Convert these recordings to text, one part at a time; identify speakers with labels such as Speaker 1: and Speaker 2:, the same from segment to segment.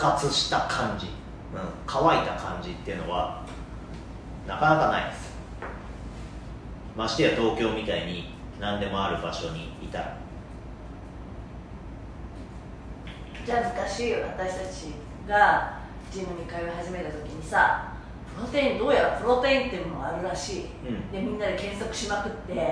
Speaker 1: 活した感じ、うん、乾いた感じっていうのはなかなかないですましてや東京みたいに何でもある場所にいたら
Speaker 2: じゃあ昔私たちがジムに通い始めた時にさプロテインどうやらプロテインっていうのもあるらしい、
Speaker 1: うん
Speaker 2: でみんなで検索しまくって、
Speaker 1: うん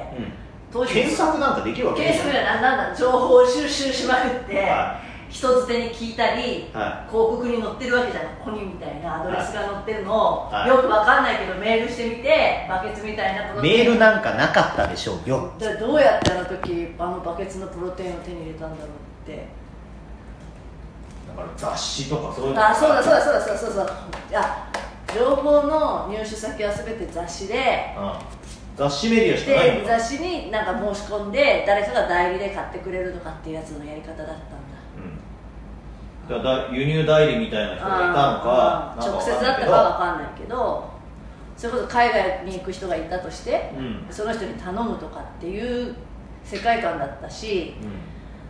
Speaker 2: 当時
Speaker 1: 検索なんかできるわけ
Speaker 2: 検索じゃなんなんだ情報を収集しまくって、
Speaker 1: は
Speaker 2: 人づてに聞いたり、
Speaker 1: は
Speaker 2: 広告に載ってるわけじゃないここにみたいなアドレスが載ってるのを、
Speaker 1: はい
Speaker 2: よくわかんないけどメールしてみてバケツみたいなプロテイン
Speaker 1: メールなんかなかったでしょうよ
Speaker 2: だからどうやってあの時あのバケツのプロテインを手に入れたんだろうって
Speaker 1: だから雑誌とかそういうの
Speaker 2: あそうだそうだそうだそうだそうだあ情報の入手先は全て雑誌で
Speaker 1: うん雑誌メディアしかないの
Speaker 2: で
Speaker 1: か
Speaker 2: 雑誌になんか申し込んで誰かが代理で買ってくれるとかっていうやつのやり方だったんだ
Speaker 1: うんだからだ輸入代理みたいな人がいたのか
Speaker 2: あ
Speaker 1: なん
Speaker 2: ー直
Speaker 1: わ
Speaker 2: 接
Speaker 1: ん
Speaker 2: だ
Speaker 1: ない
Speaker 2: っ
Speaker 1: け
Speaker 2: た
Speaker 1: ど
Speaker 2: かは分かんないけどそれこそ海外に行く人がいたとして、
Speaker 1: うんうん
Speaker 2: その人に頼むとかっていう世界観だったし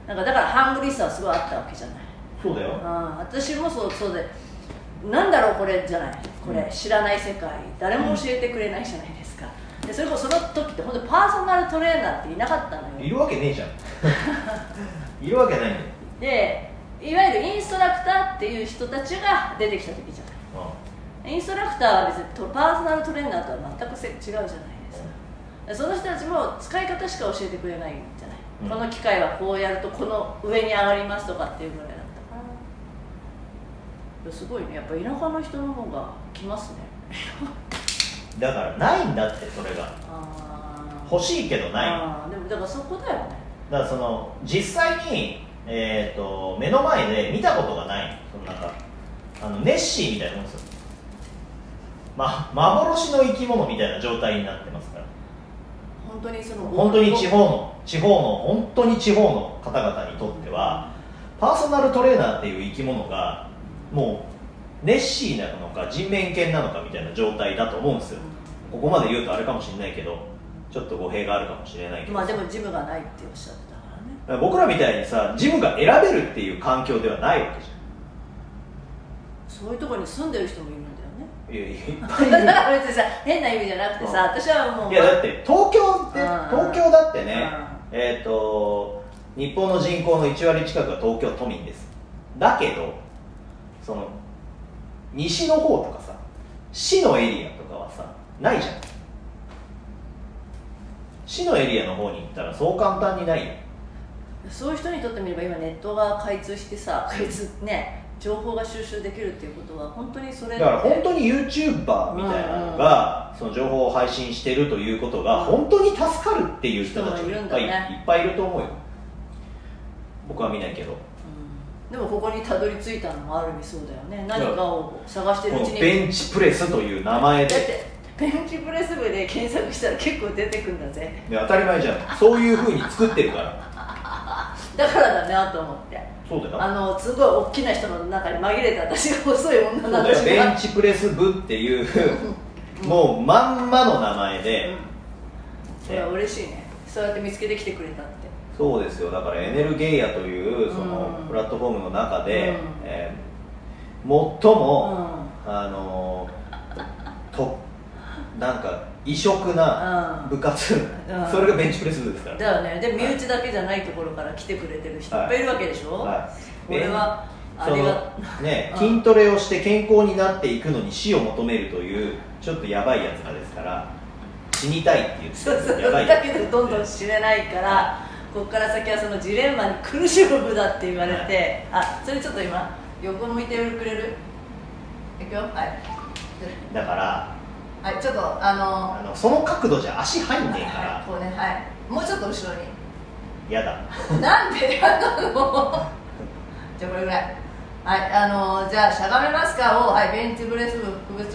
Speaker 2: なんかだからハングリーさはすごいあったわけじゃない
Speaker 1: そうだよ
Speaker 2: あー私もそうそうでなんだろうこれじゃないこれ、
Speaker 1: うん
Speaker 2: 知らない世界誰も教えてくれないじゃないですかでそれこそその時って本当にパーソナルトレーナーっていなかったの
Speaker 1: い
Speaker 2: よ
Speaker 1: るわけねえじゃん いるわけないんだよ、
Speaker 2: でいわゆるインストラクターっていう人たちが出てきた時じゃな
Speaker 1: うん
Speaker 2: いインストラクターは別にとパーソナルトレーナーとは全くせ違うじゃないですかでその人たちも使い方しか教えてくれないんじゃない、
Speaker 1: うん
Speaker 2: この機械はこうやるとこの上に上がりますとかっていうぐらいだったからいやすごいねやっぱ田舎の人の方が来ますね
Speaker 1: だからないんだってそれが
Speaker 2: あー
Speaker 1: 欲しいけどない
Speaker 2: あーでもだからそこだよね
Speaker 1: だからその実際に、えー、と目の前で見たことがないそのなんかあのネッシーみたいなもんですよ、まあ、幻の生き物みたいな状態になってますから
Speaker 2: 本当にその
Speaker 1: 本当に地方の地方の本当に地方の方々にとってはパーソナルトレーナーっていう生き物がもうネッシーなのか人面犬なのかみたいな状態だと思うんですよここまで言うとあれかもしれないけどちょっと語弊があるかもしれないけど
Speaker 2: まあでもジムがないっておっしゃってたからね
Speaker 1: 僕らみたいにさジムが選べるっていう環境ではないわけじ
Speaker 2: そういうところに住んでる人もいるんだ
Speaker 1: ゃ
Speaker 2: よね
Speaker 1: ん いやいっ
Speaker 2: だ
Speaker 1: ぱいいる
Speaker 2: から別にさ変な意味じゃなくてさ私はもう
Speaker 1: いやだって東京って
Speaker 2: うん
Speaker 1: 東京だってねえっ、と日本の人口の1割近くが東京都民ですだけどその西の方とかさ市のエリアとかはさないじゃん市のエリアの方に行ったらそう簡単にないよ
Speaker 2: そういう人にとってみれば今ネットが開通してさ開通ね情報が収集できるっていうことは本当にそれ
Speaker 1: だから本当に YouTuber みたいなのが、その情報を配信してるということが
Speaker 2: うん
Speaker 1: 本当に助かるっていう人たち
Speaker 2: 人もいる
Speaker 1: がいっ
Speaker 2: ん
Speaker 1: ぱ
Speaker 2: だ
Speaker 1: いい,、
Speaker 2: ね
Speaker 1: っぱいいると思うよ僕は見ないけど
Speaker 2: うんでもここにたどり着いたのもある意味そうだよね何かを探して
Speaker 1: こ
Speaker 2: るう
Speaker 1: の
Speaker 2: ちに
Speaker 1: ベンチプレスという名前
Speaker 2: だっ
Speaker 1: で
Speaker 2: てベンチプレス部で検索したら結構出てくんだぜ
Speaker 1: で当たり前じゃんそういうふうに作ってるから
Speaker 2: だからだなと思って
Speaker 1: そうだよ
Speaker 2: あのすごい大きな人の中に紛れて私が細い女
Speaker 1: そう
Speaker 2: なん
Speaker 1: だ
Speaker 2: だ
Speaker 1: よ
Speaker 2: し
Speaker 1: ベンチプレス部っていうもうまんまの名前で、
Speaker 2: うんいや嬉しいねそうやって見つけてきてくれたって
Speaker 1: そうですよだからエネルゲイアというその
Speaker 2: うん
Speaker 1: プラットフォームの中で、
Speaker 2: うん
Speaker 1: えー最
Speaker 2: う
Speaker 1: も、
Speaker 2: ん
Speaker 1: あのーとなんか異色な部活、
Speaker 2: ん
Speaker 1: それがベンチプレス部ですから、
Speaker 2: だよねで身内だけじゃないところから来てくれてる人いっぱいいるわけでしょ、
Speaker 1: はい、
Speaker 2: 俺は
Speaker 1: で
Speaker 2: あ
Speaker 1: そ
Speaker 2: れ
Speaker 1: の
Speaker 2: が
Speaker 1: ね
Speaker 2: うん
Speaker 1: 筋トレをして健康になっていくのに死を求めるというちょっとやばいやつらですから死にたいって言
Speaker 2: そう
Speaker 1: って
Speaker 2: そう
Speaker 1: るやばい
Speaker 2: だ
Speaker 1: やつ
Speaker 2: けどどんどん死ねないからここから先はそのジレンマに苦しむ部だって言われてあそれちょっと今横向いてくれるいくよはい
Speaker 1: だから
Speaker 2: はいちょっとあの
Speaker 1: あのその角度じゃ足入んねえから
Speaker 2: こうねはいもうちょっと後ろに
Speaker 1: 嫌だ
Speaker 2: なんでやなのじゃあこれぐらいはいあのじゃあしゃがめますかをはいベンチブレス部副部長